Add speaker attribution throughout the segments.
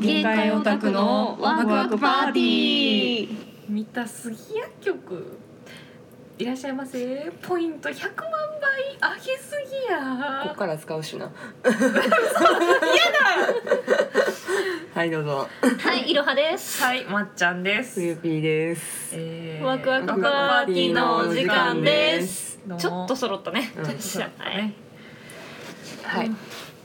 Speaker 1: 限界オタクのワクワクパーティ
Speaker 2: ー
Speaker 3: 見た杉薬局いらっしゃいませポイント100万倍上げすぎ
Speaker 2: こっ
Speaker 3: や
Speaker 2: から使うしな嫌だはいどうぞ
Speaker 1: はい、いろはです。
Speaker 3: はいまっちゃんです
Speaker 2: ゆうぴーです
Speaker 3: え
Speaker 1: ワクワクパーティーのお時間です
Speaker 3: どう。も
Speaker 1: ちょっと揃ったね。
Speaker 2: うん
Speaker 3: そうだった
Speaker 1: はい
Speaker 3: ね
Speaker 2: はい
Speaker 1: 今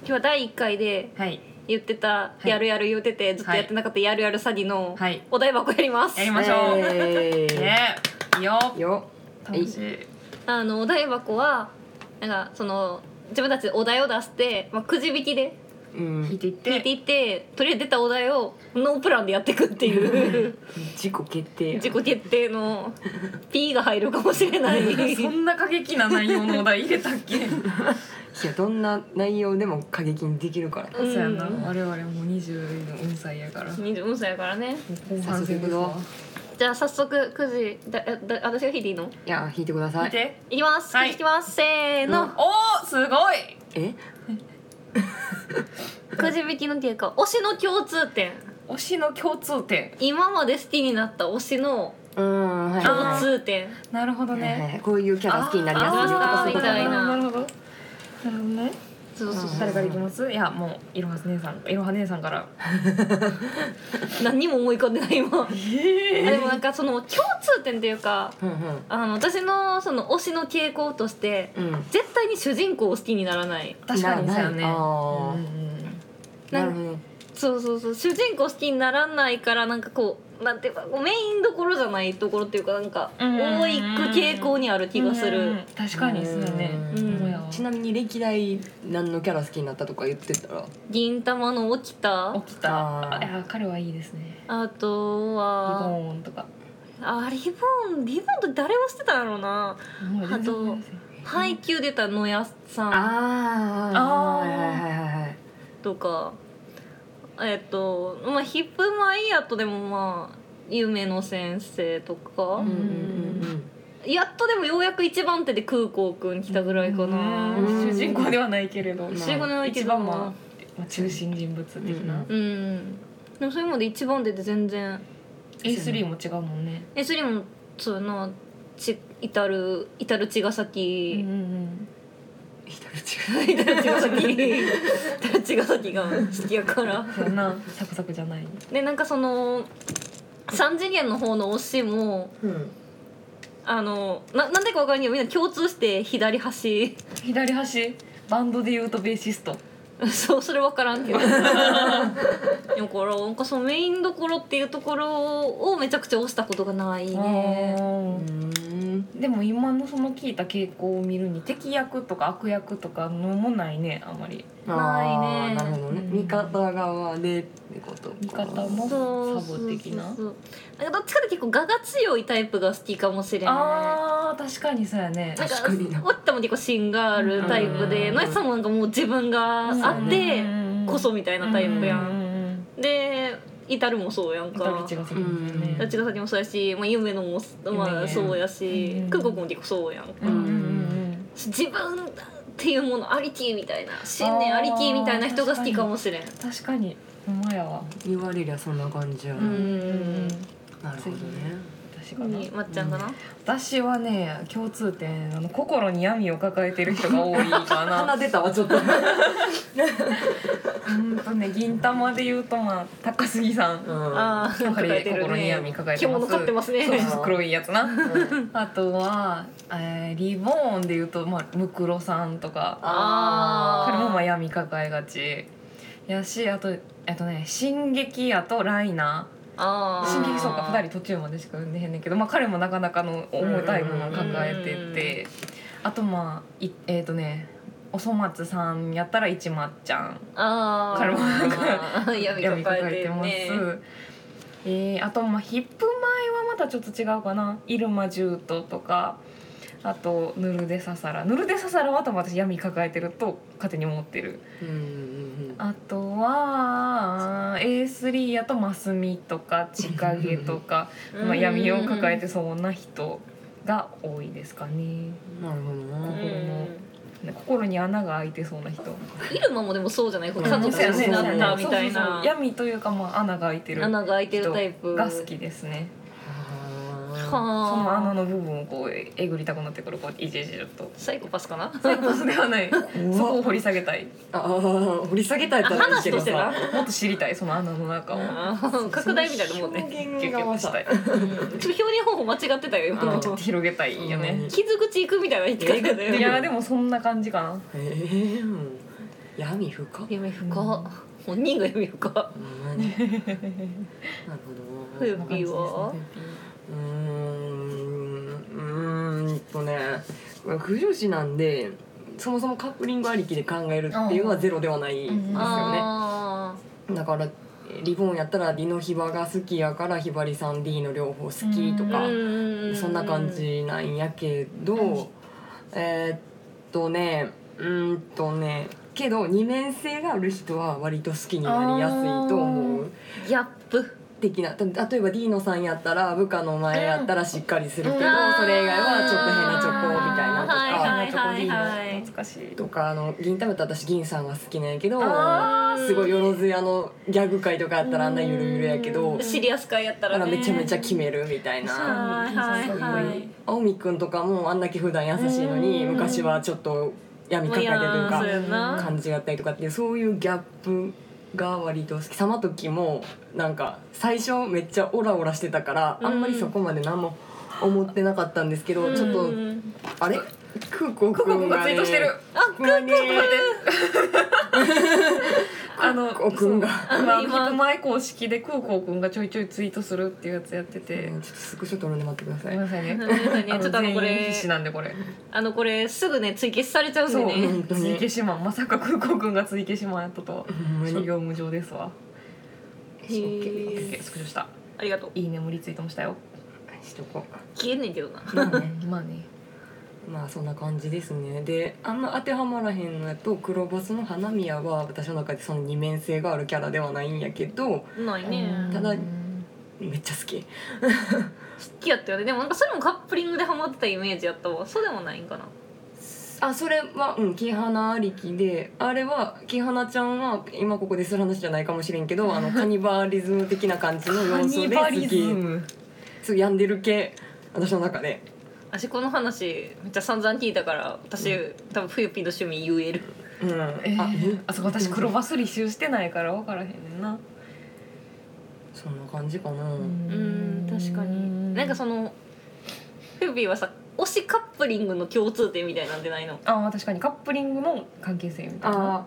Speaker 1: 日は第一回で
Speaker 3: はい
Speaker 1: 言ってた
Speaker 3: い
Speaker 1: やるやる言っててずっとやってなかったやるやる詐欺の
Speaker 3: はい
Speaker 1: お台箱やります
Speaker 3: や。りましょう
Speaker 2: えー
Speaker 3: ねいいよ
Speaker 2: よ
Speaker 3: 楽しい
Speaker 1: あのお台箱はなんかその自分たちでお題を出してまあくじ引きで
Speaker 2: う
Speaker 3: 聞い
Speaker 2: ん
Speaker 3: ていって
Speaker 1: 引いていってとりあえず出たお題をノープランでやっていくっ ていう
Speaker 2: 自己決定や
Speaker 1: 自己決定の P が入るかもしれない。
Speaker 3: そ んな過激な内容のお題入れたっけ
Speaker 2: いやどんな内容でも過激にできるから
Speaker 1: う
Speaker 3: そ
Speaker 1: ん
Speaker 3: うやな我々も20の運歳やからも
Speaker 1: 24歳やからね。
Speaker 3: う後半戦ですわ
Speaker 2: 早速
Speaker 1: じゃあ早速くじだだ私が引いていいの？
Speaker 2: いや引いてくださ
Speaker 3: 見
Speaker 2: い
Speaker 3: て
Speaker 1: いきます。
Speaker 3: はい
Speaker 1: いきます。せー
Speaker 3: お
Speaker 1: の。
Speaker 3: ーすごい
Speaker 2: え
Speaker 1: くじ引きのっていうか推しの共通点。
Speaker 3: 推しの共通点
Speaker 1: 今まで好きになった推しの
Speaker 2: うんはい
Speaker 1: 共
Speaker 2: は
Speaker 1: 通点。
Speaker 3: なるほど
Speaker 2: いはいは
Speaker 3: ね
Speaker 2: いこういうキャラ好きになりやすいよとか
Speaker 1: あー
Speaker 2: そういうこと
Speaker 1: みたいな
Speaker 3: なるほどなるほどね
Speaker 1: そうそうそう
Speaker 3: 誰からいきますいやもういろは姉さんいろは姉さんから
Speaker 1: 何にも思い浮かんでな い今。
Speaker 3: え
Speaker 1: でもなんかその共通点っていうか。
Speaker 2: うんうん
Speaker 1: あの私のその推しの傾向として
Speaker 2: うん
Speaker 1: 絶対に主人公を好きにならない
Speaker 3: 確かにそうやね
Speaker 2: ないない
Speaker 3: うんうん
Speaker 2: あー
Speaker 3: うん
Speaker 2: なるほどね
Speaker 1: そうそうそう主人公好きにならないからなんかこうなんていうかこうメインどころじゃないところっていうかなんか
Speaker 3: うん
Speaker 1: 多い傾向にある気がす
Speaker 3: うん
Speaker 1: る
Speaker 3: 確かにそうやね
Speaker 2: うん
Speaker 3: そうやわ
Speaker 2: ちなみに歴代何のキャラ好きになったとか言ってたら
Speaker 1: 銀玉の起きた
Speaker 3: 起きた
Speaker 2: あ
Speaker 3: あ
Speaker 2: ー
Speaker 3: いや彼はいいですね
Speaker 1: あと
Speaker 3: リボ
Speaker 1: は
Speaker 3: ーンとか
Speaker 1: あリボンリボンと誰をしてたんだろうな
Speaker 3: もう全然思い出せん
Speaker 1: 配給出た野谷さん
Speaker 2: あ
Speaker 3: あー
Speaker 2: はいはいはいはい
Speaker 1: とかえっとまあヒップマイヤーとでもまあ夢の先生とか
Speaker 2: うんうん
Speaker 1: やっとでもようやく一番手で空港くん来たぐらいかな
Speaker 3: う
Speaker 1: うん
Speaker 3: ん主人公ではないけれど、
Speaker 2: 主
Speaker 1: 主人公の
Speaker 3: 一番まあ中心人物的な、
Speaker 1: う
Speaker 2: うん
Speaker 1: んでもそれまで一番手で全然
Speaker 3: A3 も違うもんね、
Speaker 1: S にもそうやなち至る至る茅ヶ崎、
Speaker 3: ん
Speaker 2: うん
Speaker 1: イタ ラチが先イタラチが先が好きやから
Speaker 3: うん、そんなサクサクじゃない
Speaker 1: でなんかその三次元の方の推しも
Speaker 2: うん
Speaker 1: あのななんでかわからんけどみんな共通して左端
Speaker 3: 左端バンドでいうとベーシスト
Speaker 1: そうそれわからんけど だからなんかそのメインどころっていうところをめちゃくちゃ推したことがないね
Speaker 3: あ
Speaker 2: うん
Speaker 3: ーでも今のその聞いた傾向を見るに敵役とか悪役とかのもないねあんまり
Speaker 1: ないね
Speaker 2: あーなるほどね
Speaker 3: うん
Speaker 2: 味方側でってことか
Speaker 3: 味方も
Speaker 1: そう
Speaker 3: サブ的な
Speaker 1: そうそうそうなんかどっちかって結構我が強いタイプが好きかもしれない
Speaker 3: あー確かにそうやね
Speaker 1: なんか
Speaker 2: 確かにな
Speaker 1: おったも結構芯があるタイプで
Speaker 2: うん
Speaker 1: ノイさんもなんかもう自分があ
Speaker 2: そう
Speaker 1: ってこそみたい
Speaker 3: た
Speaker 1: なタイプや。
Speaker 3: うんんうん
Speaker 1: で至るもそうやん
Speaker 3: うん、ど
Speaker 1: か
Speaker 3: っ。ちが先なんだよね
Speaker 2: うんどっ
Speaker 1: ちが先もそうやし、まあ、夢のもま
Speaker 3: 夢
Speaker 1: あ
Speaker 3: ね
Speaker 1: そうやし
Speaker 3: うん
Speaker 1: 空国も結構そうやんか。
Speaker 3: うんうんうん
Speaker 1: 自分っていうものありきみたいな信念ありきみたいな人が好きかもしれん。
Speaker 3: 確かにほんまやわ
Speaker 2: 言われりゃそんな感じやな
Speaker 1: う
Speaker 2: なんるほどね
Speaker 3: 私かな
Speaker 1: にまっちゃんかな。
Speaker 3: 私はね共通点あの心に闇を抱えてる人が多いか な
Speaker 2: 鼻出たわちょっと
Speaker 3: うんとね銀玉で言うとまあ高杉さん
Speaker 2: あ
Speaker 1: ああ
Speaker 3: 彼心に闇抱えて
Speaker 1: 着
Speaker 3: ま
Speaker 1: 物
Speaker 3: す
Speaker 1: 買ってますね。
Speaker 3: そうそう黒いやつなあとは、えーリボーンで言うとまあムクロさんとか
Speaker 1: あー
Speaker 3: 彼もまあ闇抱えがちやしあとえっとね「進撃」やと「ライナー」
Speaker 1: ああ。
Speaker 3: 進撃そうか2人途中までしか読んでへんねんけど、まあ、彼もなかなかの重たいものを抱えて
Speaker 1: うんうん
Speaker 3: て、あとまあいえっ、とねおそ松さんやったらいちまっちゃん
Speaker 1: ああ。
Speaker 3: 彼もなん
Speaker 1: か 闇
Speaker 3: 闇抱
Speaker 1: 抱え
Speaker 3: え
Speaker 1: て
Speaker 3: て
Speaker 1: る
Speaker 3: ます。
Speaker 1: ね。
Speaker 3: えーあとまあヒップ前はまたちょっと違うかなイルマジュートとかあとヌルデササラヌルデササラは多分私闇抱えてると勝手に思ってる
Speaker 2: うんうんうん
Speaker 3: あとは A3 やとマスミとかチカゲとかまあ、闇を抱えてそうな人が多いですかね。
Speaker 2: なるほどな
Speaker 3: 心の心に穴が開いてそうな人
Speaker 1: イルマもでもそうじゃないこう
Speaker 2: うん
Speaker 1: 家族
Speaker 2: そ
Speaker 1: が
Speaker 2: うや
Speaker 1: 失
Speaker 2: ね
Speaker 1: った
Speaker 2: そう
Speaker 1: みたい
Speaker 3: そうそうそ
Speaker 1: な
Speaker 3: う闇というかまあ穴が開いてる
Speaker 1: 穴が開いてるタイプ
Speaker 3: が好きですねそ
Speaker 2: は
Speaker 3: の穴
Speaker 1: はあ
Speaker 3: の部分をこうえぐりたくなってくるこういじいじると
Speaker 1: サイコパスかな
Speaker 3: サイコパスではないそ
Speaker 2: あ。そ
Speaker 3: こを
Speaker 2: こ
Speaker 3: 掘り下げたい
Speaker 2: ああ掘り下げたいらいいけど
Speaker 1: あ
Speaker 2: さ。
Speaker 3: もっと知りたいその穴の中を
Speaker 1: うん拡大みたいなもんね
Speaker 2: 表
Speaker 3: キュ
Speaker 2: 現
Speaker 3: ッキュ
Speaker 2: が
Speaker 3: ッ
Speaker 2: ま
Speaker 3: したたい
Speaker 1: うんちょっと表現方法間違ってたよ今
Speaker 3: も
Speaker 1: の
Speaker 3: うちょっと広げたいよね
Speaker 1: 傷口行くみたいな言い方だよ
Speaker 3: い
Speaker 1: ね
Speaker 3: やでもそんな感じかな
Speaker 2: ええもう闇深っ。
Speaker 1: 闇深本人が闇深
Speaker 2: ほんまになるほ
Speaker 1: 冬
Speaker 2: ど。
Speaker 1: ピーは
Speaker 2: うーんうーんとねまあ不女子なんでそもそもカップリングありきで考えるっていうのはゼロではないんですよね。
Speaker 1: あ
Speaker 2: だからリボンやったらリのヒバが好きやからひばりさん D の両方好きと
Speaker 1: ー
Speaker 2: か
Speaker 1: う
Speaker 2: そんな感じなんやけどえーっとねうーんとねけど二面性がある人は割と好きになりやすいと思
Speaker 3: あ
Speaker 2: う。
Speaker 1: ギャップ
Speaker 2: 的なた例えば D のさんやったら部下の前やったらしっかりするけど、
Speaker 3: うん
Speaker 2: それ以外はちょっと変なチョコみたいなとか、
Speaker 1: はいはい
Speaker 3: 懐かしい
Speaker 2: とかあの銀食べた私銀さんが好きなんやけど
Speaker 3: あ
Speaker 2: すごいよろずやのギャグ界とかやったらあんなゆるゆるやけ
Speaker 3: う
Speaker 2: ど
Speaker 3: ん
Speaker 1: シリアス会やった
Speaker 2: あ
Speaker 1: ら
Speaker 2: ら
Speaker 1: ね
Speaker 2: めちゃめちゃ決めるみたいな。
Speaker 1: はいはいはい
Speaker 2: 青海くんとかもあんだけ普段優しいのに
Speaker 3: うん
Speaker 2: 昔はちょっと闇抱えてるという
Speaker 1: も
Speaker 2: か
Speaker 1: うやんそうやな
Speaker 2: 感じがあったりとかっていうそういうギャップが割と好きさまときもなんか最初めっちゃオラオラしてたから
Speaker 1: うん
Speaker 2: あんまりそこまで何も思ってなかったんですけどちょっと
Speaker 1: うん
Speaker 2: あれ空港
Speaker 3: ク
Speaker 2: く
Speaker 3: コ
Speaker 2: ん
Speaker 3: ク
Speaker 2: が
Speaker 3: がツイ
Speaker 2: ね
Speaker 3: ートしてる
Speaker 1: あ
Speaker 2: ほんまに
Speaker 3: あの
Speaker 2: 空港くんが
Speaker 3: そうまあ
Speaker 1: 今
Speaker 3: 今前公式で空港くんがちょいちょいツイートするっていうやつやって
Speaker 2: え
Speaker 3: て
Speaker 2: ーちょっとスクショ撮るんで待ってくだ
Speaker 3: ご
Speaker 2: さ
Speaker 3: めん
Speaker 2: い
Speaker 3: な さいね
Speaker 1: ごめんなさいねちょっとあのこ
Speaker 3: 全員
Speaker 1: れ
Speaker 3: 必死なんでこれ
Speaker 1: あのこれすぐね追決されちゃうんで
Speaker 3: そう
Speaker 1: ね
Speaker 2: 本当
Speaker 3: 追
Speaker 2: に
Speaker 3: 消しマンまさか空港くんが追消しマンやったとは
Speaker 2: ほんま
Speaker 3: 諸
Speaker 2: に
Speaker 3: 行無常ですわ
Speaker 1: へー
Speaker 3: OK スクショした
Speaker 1: ありがとう
Speaker 3: いいねもリツイートもしたよ
Speaker 2: しとこう
Speaker 1: 消えんねんけどな
Speaker 3: まあねまあね
Speaker 2: まあそんな感じですねであんま当てはまらへんのやと黒バスの花宮は私の中でその二面性があるキャラではないんやけど
Speaker 1: ないね
Speaker 2: ただ
Speaker 3: うん
Speaker 2: めっちゃ好き
Speaker 1: 好きやったよねでもなんかそれもカップリングでハマってたイメージやったわそうでもないんかな
Speaker 2: あそれはうん木花ありきであれは木花ちゃんは今ここでする話じゃないかもしれん けどあのカニバリズム的な感じの
Speaker 3: カ
Speaker 2: 要素
Speaker 3: ニ
Speaker 2: で
Speaker 3: バリ
Speaker 2: 好
Speaker 3: ズ
Speaker 2: き
Speaker 3: ム
Speaker 2: そう病んでる系私の中で
Speaker 1: 私この話めっちゃ散々聞いたから私、多分冬ピーの趣味言える
Speaker 2: うん、
Speaker 3: えー
Speaker 2: あえ
Speaker 3: あそうか私黒バス履修してないから分からへんねんな
Speaker 2: そんな感じかな、
Speaker 1: うん確かになんかその冬ピーはさ推しカップリングの共通点みたいなんじゃないの
Speaker 3: あー確かにカップリングの関係性みたいな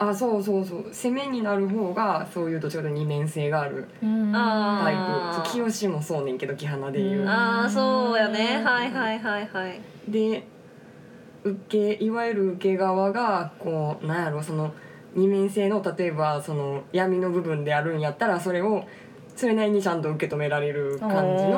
Speaker 2: ああそうそうそう攻めになる方がそういうどちらかというと二面性がある
Speaker 3: うん
Speaker 1: あー
Speaker 2: タイプそう清志もそうねんけど木花でいうう、
Speaker 3: ん
Speaker 1: ああそうやねはいはいはいはい
Speaker 2: で受けいわゆる受け側がこうなんやろその二面性の例えばその闇の部分であるんやったらそれをそれなりにちゃんと受け止められる感じの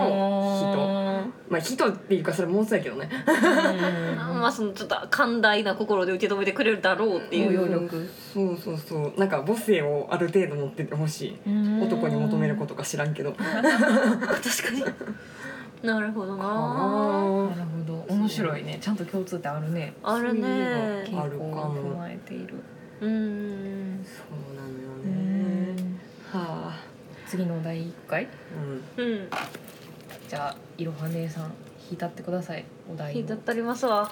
Speaker 2: 人まあ人っていうかそれもうそうやけどね
Speaker 3: 人
Speaker 1: あ まあそのちょっと寛大な心で受け止めてくれるだろうっていう
Speaker 3: 包
Speaker 1: よ
Speaker 3: 容
Speaker 1: うな
Speaker 3: 力
Speaker 2: そうそうそうなんか母性をある程度持っててほしい男に求めることか知らんけ ど
Speaker 1: 確かになるほどな
Speaker 3: な
Speaker 2: あ
Speaker 3: るほど面白いねちゃんと共通点あるね
Speaker 1: あるね
Speaker 3: 傾向を踏まえている
Speaker 1: うん
Speaker 2: そうなのよ
Speaker 3: う
Speaker 2: ね
Speaker 3: ん
Speaker 2: はあ
Speaker 3: 次の第一回
Speaker 2: うん
Speaker 1: うん
Speaker 3: じゃあいろは姉さん引いたってくださいお題を
Speaker 1: 引いたったりますわ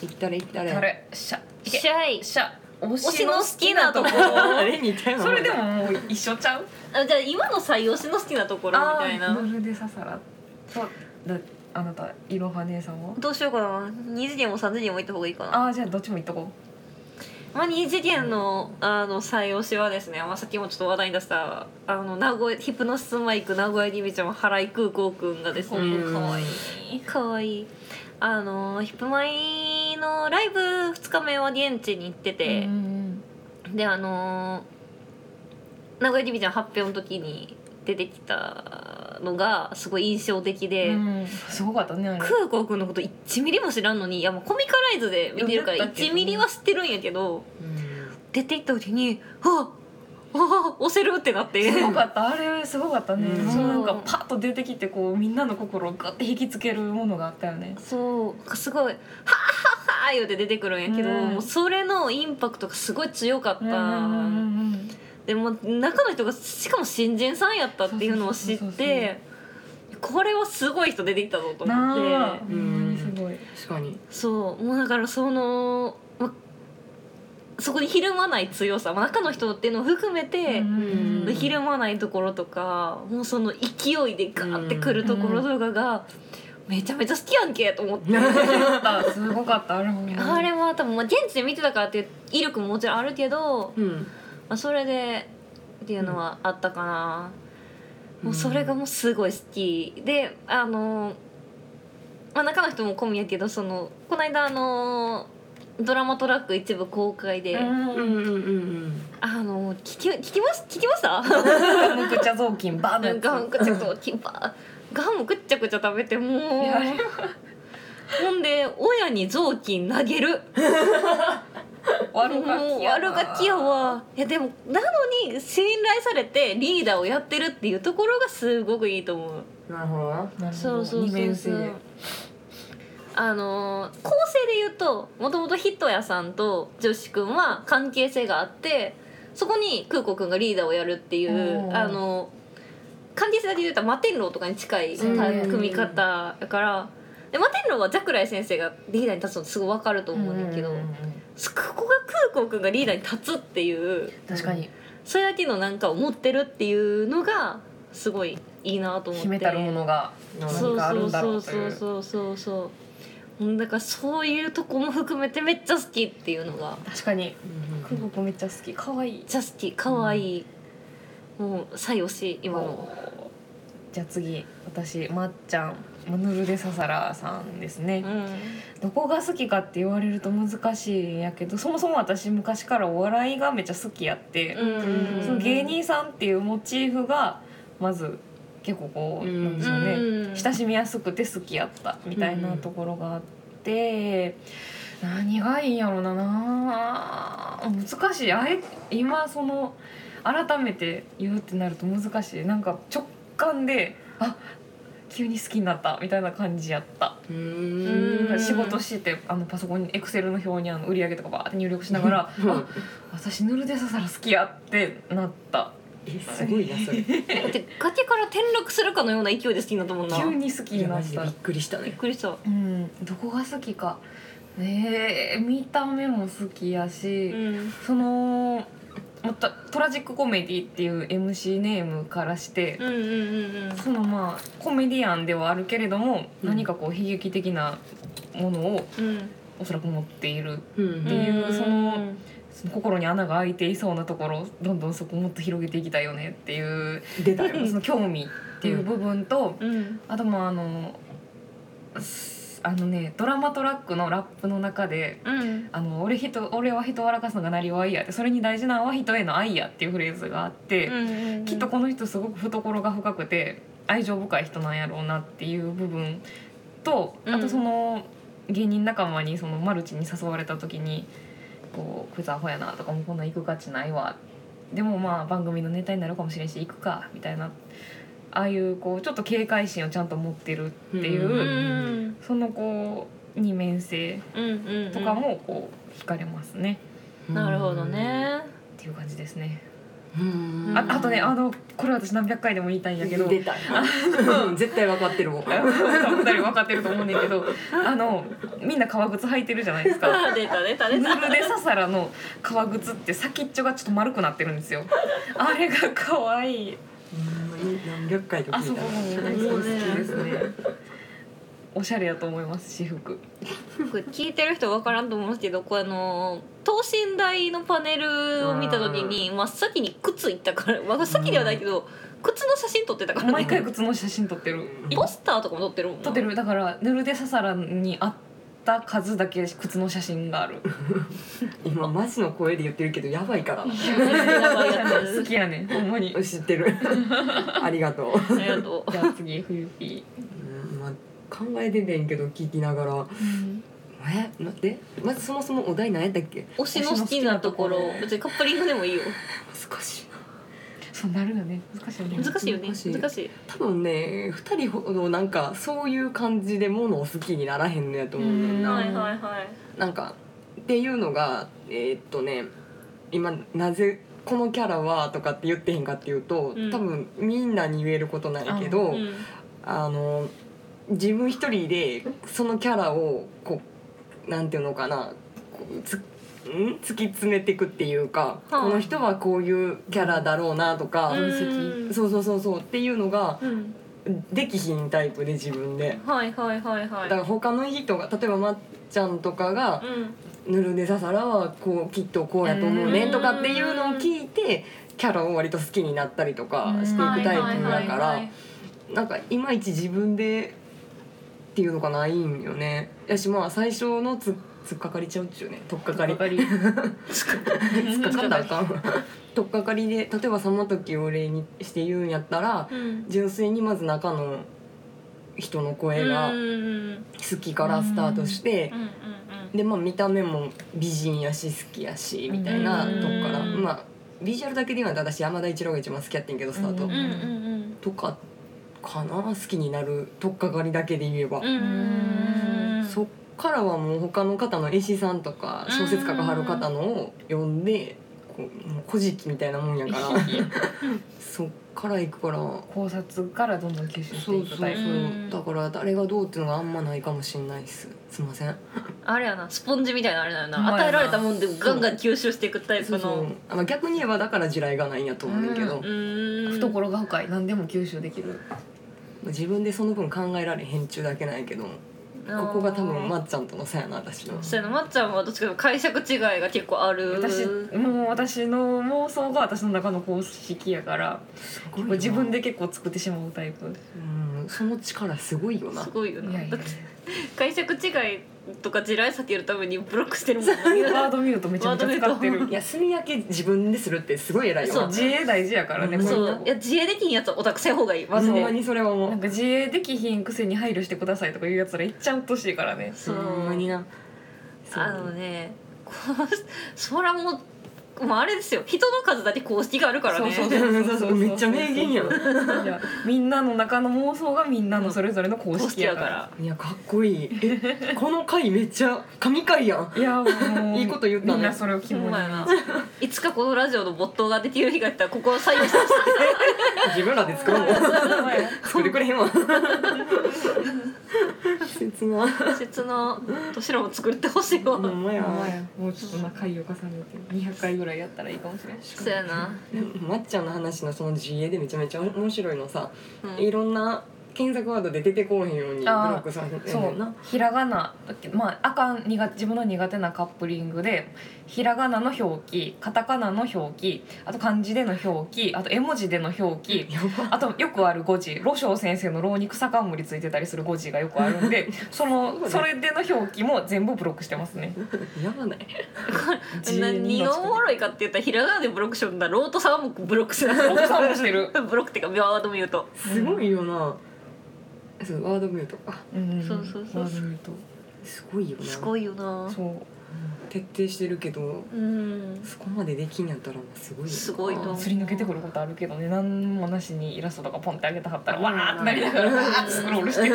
Speaker 2: 行ったれ行ったれ
Speaker 3: たれしゃいけ
Speaker 1: シャイ
Speaker 3: しゃ推
Speaker 1: 推しの好きなところ
Speaker 2: あれみたいな
Speaker 3: それでももう一緒ちゃう
Speaker 1: あじゃあ今の採用しの好きなところみた い
Speaker 3: あ
Speaker 1: な
Speaker 3: ールでささらそうだあなたいろは姉さんは
Speaker 1: どうしようかな2次元も3次元も行った方がいいかな
Speaker 3: あーじゃあどっちも言っとこ
Speaker 1: まあ、2次元のあの採用しはですね、まあ、さっきもちょっと話題に出したあの名古屋ヒプノシスマイク名古屋リミちゃん原井空港くんがです
Speaker 3: う
Speaker 1: ね
Speaker 2: うん
Speaker 3: 可愛い
Speaker 1: かわいいあのヒプマイのライブ2日目は現地に行ってて、
Speaker 3: うん
Speaker 1: であのー名古屋リミちゃん発表の時に出てきたのがすごい印象的
Speaker 3: う
Speaker 1: で。
Speaker 3: んすごかったねあれ
Speaker 1: 空港くんのこと1ミリも知らんのにいやもうコミカライズで見てるから1ミリは知ってるんやけど
Speaker 2: うん
Speaker 1: 出て行った時に「ああ押せる!」ってなって
Speaker 3: すごかったあれすごかったね、
Speaker 2: うん
Speaker 3: もうなんかパッと出てきてこうみんなの心をガッて引きつけるものがあったよね
Speaker 1: そうすごい「はあはあはあ」ー言うて出てくるんやけど、
Speaker 3: うん
Speaker 1: もうそれのインパクトがすごい強かった、
Speaker 3: うんうんうんうん
Speaker 1: でも中の人がしかも新人さんやったっていうのを知っ
Speaker 3: そうそうそう
Speaker 1: てこれはすごい人出てきたぞと思って
Speaker 3: なあ、
Speaker 2: う
Speaker 3: うんん、すごい。
Speaker 2: 確かに
Speaker 1: そうもうだからその、ま、そこにひるまない強さ、ま、中の人っていうのを含めて、
Speaker 2: うん
Speaker 1: でひるまないところとかもうその勢いでガーってくるところとかが、めちゃめちゃ好きやんけと思って。
Speaker 3: あすごかったあれほんまに
Speaker 1: あれは多分、まあ、現地で見てたからっていう威力ももちろんあるけど、
Speaker 2: うん
Speaker 1: まあ、それでっていうのはあったかな、もうそれがもうすごい好きであの、まあ、中の人も込みやけどそのこの間あのドラマトラック一部公開で、
Speaker 3: うん
Speaker 2: うんうんうん
Speaker 1: あの聞き聞きます聞きました
Speaker 3: ガムクチャ雑巾バーのやつ
Speaker 1: ガムくちゃくちゃバーガムくっちゃくちゃ食べてもう
Speaker 3: いやあれ
Speaker 1: ほんで親に雑巾投げる
Speaker 3: 悪ガ
Speaker 1: もう
Speaker 3: キやな
Speaker 1: 悪ガキやわいやでもなのに信頼されてリーダーをやってるっていうところがすごくいいと思う
Speaker 2: なるほどな
Speaker 3: なるほど
Speaker 1: そうそう
Speaker 3: 二
Speaker 1: そう
Speaker 3: 面
Speaker 1: そ
Speaker 3: 性で
Speaker 1: うあのー構成で言うともともとヒットヤさんと女子くんは関係性があってそこに空子くんがリーダーをやるっていう
Speaker 3: おー
Speaker 1: あのー関係性だけで言うと摩天楼とかに近い
Speaker 3: そうね
Speaker 1: 組み方やからで摩天楼はジャクライ先生がリーダーに立つのすごい分かると思うねんだけど、
Speaker 3: うんうんうん
Speaker 1: そこが空子くんがリーダーに立つっていう
Speaker 3: 確かに
Speaker 1: それだけのなんかを持ってるっていうのがすごいいいなと思って
Speaker 3: 秘めたるものが何
Speaker 1: そう
Speaker 3: かあ
Speaker 1: そ
Speaker 3: る
Speaker 1: うん
Speaker 3: だろ
Speaker 1: そう
Speaker 3: うとい
Speaker 1: そう
Speaker 3: う
Speaker 1: そうそうそううんだからそういうとこも含めてめっちゃ好きっていうのが
Speaker 3: 確かに
Speaker 2: うん
Speaker 3: クボコめっちゃ好き可愛い
Speaker 1: めっちゃ好き可愛いもう最推し今の
Speaker 3: じゃあ次私まっちゃんまぬるでささらさんですね、
Speaker 1: う
Speaker 3: どこが好きかって言われると難しいんやけどそもそも私昔からお笑いがめっちゃ好きやって、
Speaker 1: ん
Speaker 3: その芸人さんっていうモチーフがまず結構こう、
Speaker 2: う
Speaker 3: なん
Speaker 2: ん
Speaker 3: でしょうね、親しみやすくて好きやったみたいなところがあって、何がいいんやろなな難しいあえ今その改めて言うってなると難しいなんか直感であ急に好きになったみたいな感じやった。
Speaker 2: う
Speaker 1: うん
Speaker 2: ん
Speaker 3: 仕事してあのパソコンにエクセルの表にあの売り上げとかバーって入力しながらあ私ヌルデササラ好きやってなった
Speaker 2: えすごいなそれ
Speaker 1: だって崖から転落するかのような勢いで好きになったもんな
Speaker 3: 急
Speaker 1: び
Speaker 3: に好き
Speaker 2: い
Speaker 3: に
Speaker 2: や
Speaker 3: な
Speaker 2: マ
Speaker 3: っ
Speaker 2: ジで
Speaker 3: た
Speaker 2: びっくりしたね
Speaker 1: っくりした
Speaker 3: うんどこが好きかねえ見た目も好きやし、
Speaker 1: うん
Speaker 3: そのまたトラジックコメディっていう MC ネームからして
Speaker 1: うんう、んうんうん
Speaker 3: そのまあコメディアンではあるけれども、
Speaker 2: うん
Speaker 3: 何かこう悲劇的なものを
Speaker 1: うん
Speaker 3: おそらく持っている
Speaker 2: うん
Speaker 1: っ
Speaker 2: う
Speaker 1: て
Speaker 2: ん
Speaker 1: いうその
Speaker 3: その心に穴が開いていそうなところどんどんそこもっと広げていきたいよねっていう
Speaker 2: 出たよ
Speaker 3: その興味っていう部分と、
Speaker 1: うん
Speaker 3: あともうあのすあのねドラマトラックのラップの中で
Speaker 1: うん
Speaker 3: 「あの俺人俺は人を笑かすのがなりわいや」ってそれに大事なのは人への愛やっていうフレーズがあって、
Speaker 1: うん
Speaker 3: きっとこの人すごく懐が深くて愛情深い人なんやろうなっていう部分と
Speaker 1: うん
Speaker 3: あとその芸人仲間にそのマルチに誘われた時にこう「こいつアホやな」とか「もうこんなん行く価値ないわ」でもまあ番組のネタになるかもしれんし行くかみたいなああいうこうちょっと警戒心をちゃんと持ってるっていう、
Speaker 1: うんん
Speaker 3: そのこう二面性
Speaker 1: うんうん
Speaker 3: とかもこう惹かれますね、
Speaker 1: なるほどね
Speaker 3: っていう感じですね。
Speaker 2: うん
Speaker 3: ああとねあのこれ私何百回でも言いたいんやけど
Speaker 2: 出たようん絶対分かってるもん
Speaker 3: 多分二人分かってると思うねんだけどあのみんな革靴履いてるじゃないですか。
Speaker 1: あ出た出た
Speaker 3: ヌ
Speaker 1: 出
Speaker 3: ル
Speaker 1: た
Speaker 3: デササラの革靴って先っちょがちょっと丸くなってるんですよ。あれが可愛い。
Speaker 2: うん何百回と
Speaker 3: あ
Speaker 2: 聞
Speaker 3: そ
Speaker 2: い
Speaker 3: こ
Speaker 2: た
Speaker 3: も
Speaker 2: な
Speaker 3: 大好きですね。おしゃれやと思います私服。
Speaker 1: これ聞いてる人分からんと思うんですけどこれあの等身大のパネルを見た時に真っ先に靴いったから真っ先ではないけど靴の写真撮ってたから
Speaker 3: 毎
Speaker 1: ね
Speaker 3: 回靴の写真撮ってる。い
Speaker 1: ポスターとかも撮ってるもんな
Speaker 3: 撮 ってるだからヌルデササラにあった数だけ靴の写真がある。
Speaker 2: 今マジの声で言ってるけどやばいからな
Speaker 1: や ばいや
Speaker 3: 好
Speaker 1: つ
Speaker 3: きやねんほんまに。
Speaker 2: 知ってるありがとう
Speaker 1: ありがとう
Speaker 3: じゃあ次冬ピ
Speaker 2: うんまあ考えててんけど聞きながら
Speaker 3: ー。
Speaker 2: え待ってまずそもそもお題何やったっけ
Speaker 1: 推しの好きなところ別にカップリングでもいいよ
Speaker 2: 難しい
Speaker 3: そうなるよね難しいよね
Speaker 1: 難しいよね
Speaker 2: 難しい
Speaker 1: 難しい
Speaker 2: 多分ね2人ほどなんかそういう感じで物を好きにならへんのやと思うねん
Speaker 3: うん
Speaker 2: な。
Speaker 1: はいはいはい
Speaker 2: なんかっていうのがえーっとね今なぜこのキャラはとかって言ってへんかっていうと、
Speaker 1: うん
Speaker 2: 多分みんなに言えることなんやけど、
Speaker 1: うん
Speaker 2: あの自分一人でそのキャラをこうなんていうのかなこうつん突き詰めていくっていうか、
Speaker 1: はあ
Speaker 2: この人はこういうキャラだろうなとか、
Speaker 1: うん
Speaker 3: 析
Speaker 2: そうそうそうそうっていうのが
Speaker 1: うん
Speaker 2: できひんタイプで自分で。
Speaker 1: はいはいはいは
Speaker 2: だ
Speaker 1: い
Speaker 2: から他の人が例えばまっちゃんとかが
Speaker 1: うん
Speaker 2: ぬるでささらはこうきっとこうやと思うね
Speaker 1: うん
Speaker 2: とかっていうのを聞いてキャラを割と好きになったりとかしていくタイプ
Speaker 1: はい
Speaker 2: だ
Speaker 1: はいは
Speaker 2: か
Speaker 1: いは
Speaker 2: ら
Speaker 1: い
Speaker 2: なんかいまいち自分でっていうのがないんよねやしまあ最初のつつっかかりちゃうっちゅうねとっかかり
Speaker 3: かり
Speaker 2: つっかかったらあかんとっかかりで例えばその時を例にして言うんやったら
Speaker 1: うん
Speaker 2: 純粋にまず中の人の声が
Speaker 1: うんうん
Speaker 2: 好きからスタートして。
Speaker 1: うんうん
Speaker 2: でまあ見た目も美人やし好きやしみたいなとこから
Speaker 1: うん
Speaker 2: まあビジュアルだけで言うと私山田一郎が一番好きやってんけどスタート
Speaker 3: うん
Speaker 1: うんうんうん
Speaker 2: とかかな好きになるとっかかりだけで言えば
Speaker 1: うんうんうん
Speaker 2: そっからはもう他の方の絵師さんとか小説家が貼る方のを読んでこうもう古事記みたいなもんやから そっから行くから
Speaker 3: 考察からどんどん吸収して
Speaker 2: そう
Speaker 3: い
Speaker 2: そう
Speaker 3: く
Speaker 2: そ
Speaker 3: タ
Speaker 2: う
Speaker 3: イプ
Speaker 1: うん
Speaker 2: だから誰がどうっていうのがあんまないかもしれないですすいません
Speaker 1: あれやなスポンジみたいなあれだよ
Speaker 3: うまい
Speaker 1: な
Speaker 3: な
Speaker 1: 与えられたもんでガンガン吸収していくタイプ
Speaker 2: そうそう
Speaker 1: の
Speaker 2: あまあ逆に言えばだから地雷がないんやと思うねんだけど、
Speaker 1: うーん
Speaker 3: 懐が深い何でも吸収できる
Speaker 2: 自分でその分考えられへんちゅうだけなんやけどここが多分まっちゃんとの差やな私の
Speaker 1: そうやなまっちゃんはどっちかというと解釈違いが結構ある
Speaker 3: 私もう私の妄想が私の中の公式やから
Speaker 2: ごいな
Speaker 3: 自分で結構作ってしまうタイプ
Speaker 2: うんその力すごいよな
Speaker 1: すごいよない
Speaker 3: やいや
Speaker 1: だって解釈違いとか地雷避けるためにブロックしてるもん
Speaker 3: ワ
Speaker 1: な
Speaker 3: ードミュートめちゃめちゃ使って
Speaker 1: ワード
Speaker 3: る
Speaker 2: 休み明け自分でするってすごい偉いよ
Speaker 1: そう
Speaker 2: な
Speaker 3: 自衛大事やからねこう
Speaker 1: そ
Speaker 3: いう
Speaker 1: う
Speaker 3: と
Speaker 1: いや自衛できんやつはオタクせん方がいいマ
Speaker 2: ほ
Speaker 1: ジ
Speaker 2: ん
Speaker 1: で
Speaker 2: まにそれはも
Speaker 3: こなん
Speaker 2: う
Speaker 3: か自衛できひんくせに配慮してくださいとか言うやつらいっちゃうっとしいからね
Speaker 1: そう
Speaker 2: ほんまになそう
Speaker 1: あのねこうそらもうもうあれですよ人の数だけ公式があるからね
Speaker 3: そうそう
Speaker 2: そうそうめっちゃ名言やん
Speaker 3: いやみんなの中の妄想がみんなのそれぞれの公
Speaker 1: 公
Speaker 3: 式
Speaker 1: 式
Speaker 3: や
Speaker 1: や
Speaker 3: か
Speaker 1: からら
Speaker 2: いやかっこいいえこの回めっちゃ神回やん
Speaker 3: いやもう
Speaker 2: いいこと言ったね
Speaker 3: みんなそれを肝
Speaker 1: ほん
Speaker 3: に
Speaker 1: まやないつかこのラジオの没頭ができる日が来たらここを採用してほしい
Speaker 2: 自分らで作ろう
Speaker 3: ほんまや
Speaker 2: 作ってくれへん わ切な
Speaker 1: 節の年らも作ってほしいわ、
Speaker 2: ほんまや
Speaker 3: ほんまや もうちょっとな回を重ねて200回ぐらいやったらいいかもしれない
Speaker 1: そうやな、
Speaker 2: まっちゃんの話のその GA でめちゃめちゃ面白いのさ
Speaker 1: うん
Speaker 2: いろんな検索ワードで出てこうへんようにブロ
Speaker 3: あー
Speaker 2: ックされて
Speaker 3: そ
Speaker 2: んねん
Speaker 3: う
Speaker 2: な
Speaker 3: ひらがなだっけまあ赤苦自分の苦手なカップリングでひらがなの表記カタカナの表記あと漢字での表記あと絵文字での表記
Speaker 2: やば
Speaker 3: あとよくある誤字露章先生の老肉酒盛りついてたりする誤字がよくあるん でそのそれでの表記も全部ブロックしてますね。
Speaker 2: やばない
Speaker 1: 何がおもろいかって言ったらひらがなでブロックしようんだろうとさんもブロックす る
Speaker 3: ロックさんもしてる
Speaker 1: ブロックっていうかワード見ると
Speaker 2: すごいよなそうワードミュートか
Speaker 3: うん
Speaker 1: そうそうそう
Speaker 3: ワードミュート
Speaker 2: すごいよな
Speaker 1: すごいよな
Speaker 3: そう
Speaker 2: 徹底してるけど
Speaker 1: うん
Speaker 2: そこまでできんやったらすごいよな
Speaker 1: すごいと思う
Speaker 3: すり抜けてくることあるけどね何もなしにイラストとかポンってあげたはったらわーってなりな がらわーってスクロールして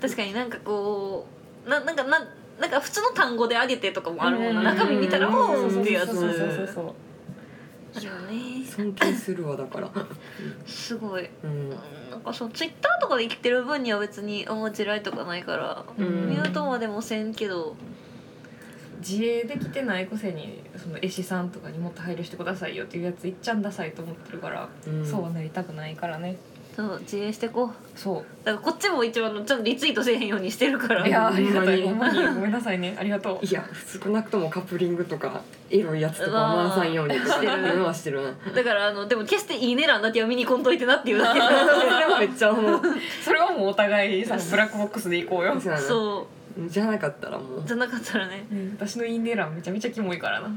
Speaker 1: 確かになんかこうななんかななんか普通の単語であげてとかもあるもんな中身見たら「
Speaker 2: うん
Speaker 1: おー」ってやつ
Speaker 3: そうそうそうそう
Speaker 1: いいよね
Speaker 2: 尊敬するわだから
Speaker 1: すごい
Speaker 2: うん
Speaker 1: なんかそのツイッターとかで生きてる分には別におもちらいとかないから、
Speaker 2: うん
Speaker 1: ミュートまでもせんけど
Speaker 3: 自衛できてないくせにその絵師さんとかにもっと配慮してくださいよっていうやついっちゃんダサいと思ってるから、
Speaker 2: うん
Speaker 3: そうはなりたくないからね
Speaker 1: そう自衛してこう
Speaker 3: そ
Speaker 1: だからこっちも一応あのちゃんとリツイートせえへんようにしてるから
Speaker 3: ういやーありがたい
Speaker 2: ほ
Speaker 3: ほ
Speaker 2: ん
Speaker 3: ん
Speaker 2: ま
Speaker 3: まにごめんなさいねありがとう
Speaker 2: いや少なくともカップリングとかエロいやつとかは回さんようにとか
Speaker 1: うわー
Speaker 2: うんはしてるな
Speaker 1: だからあのでも決して「いいね」欄だけは見にこんといてなっていうだけ
Speaker 2: それはめっちゃ思う
Speaker 3: それはもうお互いさブラックボックスでいこうよ、
Speaker 2: そうやな
Speaker 1: そ
Speaker 2: じゃなかったらも
Speaker 1: う
Speaker 2: う
Speaker 1: じゃなかったらね
Speaker 3: うん私のインデーランめちゃめちゃキモいからな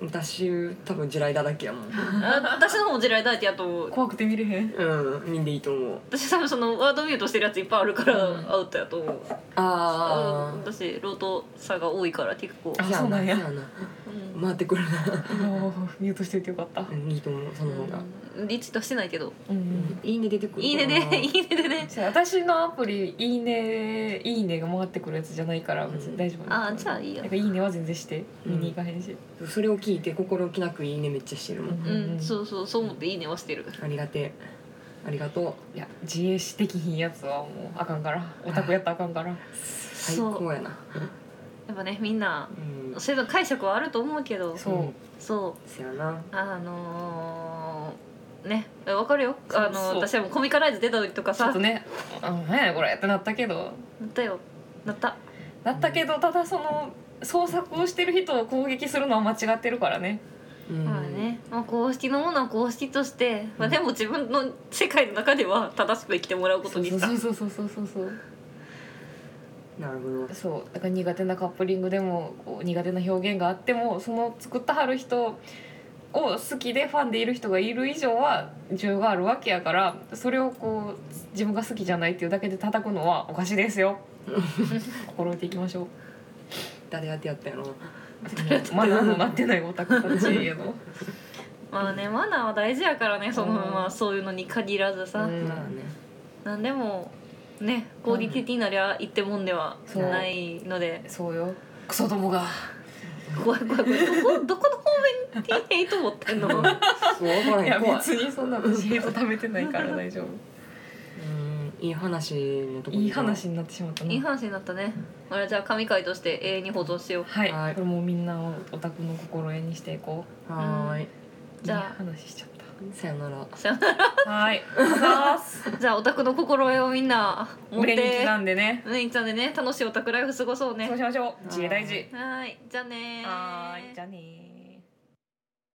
Speaker 2: 私多分地雷だらけや もん
Speaker 1: あ私の方も地雷だらけやと思う
Speaker 3: 怖くて見れへん
Speaker 2: うん見んでいいと思う
Speaker 1: 私多分そのワードミュートしてるやついっぱいあるから
Speaker 3: うん
Speaker 1: アウトやと思う、うん、
Speaker 2: あ
Speaker 1: 私ロート差が多いから結構
Speaker 3: あそうなんや
Speaker 2: そうやな
Speaker 1: うん
Speaker 2: 回ってくるな
Speaker 3: ミュートしててよかった。
Speaker 2: うんいいと思うその方が、
Speaker 1: リツイートしてないけど
Speaker 3: うん
Speaker 2: いいね出てくるかない
Speaker 1: いねでいいねでね
Speaker 3: 私のアプリ「いいね」「いいね」が回ってくるやつじゃないから別に大丈夫
Speaker 1: あーじゃあいいや
Speaker 3: なんか「いいね」は全然して見に行かへんし、
Speaker 2: それを聞いて心置きなくいいねめっちゃしてるもん、
Speaker 3: うん
Speaker 1: うんそうそうそう思っていいねはしてる
Speaker 2: ありがてえありがと
Speaker 3: いや自衛士できひんやつはもうあかんからオタクやったらあかんから
Speaker 2: う最高やな
Speaker 1: やっぱねみんな
Speaker 2: うん
Speaker 1: それぞれ解釈はあると思うけど
Speaker 3: そう
Speaker 1: そ
Speaker 2: せやな
Speaker 1: うあのーねわかるよあ
Speaker 3: そ
Speaker 1: の
Speaker 3: うそう
Speaker 1: 私はもうコミカライズ出た時とか
Speaker 3: ちょっ
Speaker 1: さ
Speaker 3: とね「あ何やねんこれ」ってなったけど
Speaker 1: なったよなった
Speaker 3: なったけどただその創作をしてる人を攻撃するのは間違ってるからね
Speaker 2: うん
Speaker 1: まあね、まあ、公式のものは公式として、まあ、でも自分の世界の中では正しく生きてもらうこと
Speaker 3: そう
Speaker 1: に
Speaker 3: そう
Speaker 1: した
Speaker 3: そうそうそうそうそう
Speaker 2: なるほど
Speaker 3: そうだから苦手なカップリングでもこう苦手な表現があってもその作ったはる人を好きでファンでいる人がいる以上は需要があるわけやからそれをこう自分が好きじゃないっていうだけで叩くのはおかしいです よ心得ていきましょ
Speaker 2: 誰当てやったやろ
Speaker 3: うマナーのなってないオタクたちへの
Speaker 1: まあねマナーは大事やからねその
Speaker 3: うん
Speaker 1: まあそういうのに限らずさ、
Speaker 3: う
Speaker 2: うんまあね
Speaker 1: 何でもねクオリティになりゃいってもんではないので、
Speaker 3: そうよクソどもが
Speaker 1: 怖い怖い怖いどこど この方面にヘイト持ってんの
Speaker 2: そう分から
Speaker 3: い
Speaker 2: へ
Speaker 3: や
Speaker 2: ん怖い
Speaker 3: 別にそんな私ヘイト貯めてないから大丈夫
Speaker 2: うんいい話のとこ
Speaker 3: いい話になってしまったない
Speaker 1: い話になったねあれじゃあ神回として永遠に保存しよう
Speaker 3: はい、
Speaker 2: はい
Speaker 3: これもうみんなをオタクの心得にしていこう
Speaker 2: はーい
Speaker 1: じゃあ
Speaker 3: いい話しちゃった
Speaker 2: さよなら
Speaker 1: さよなら
Speaker 3: はい。ざーす。
Speaker 1: じゃあオタクの心得をみんな 持っ
Speaker 3: 胸に
Speaker 1: て
Speaker 3: 刻んでね。
Speaker 1: 胸に刻んでね楽しいオタクライフ過ごそうね
Speaker 3: そうしましょう。自衛大事。
Speaker 1: はいじゃあねー
Speaker 3: はーい。じゃあねー。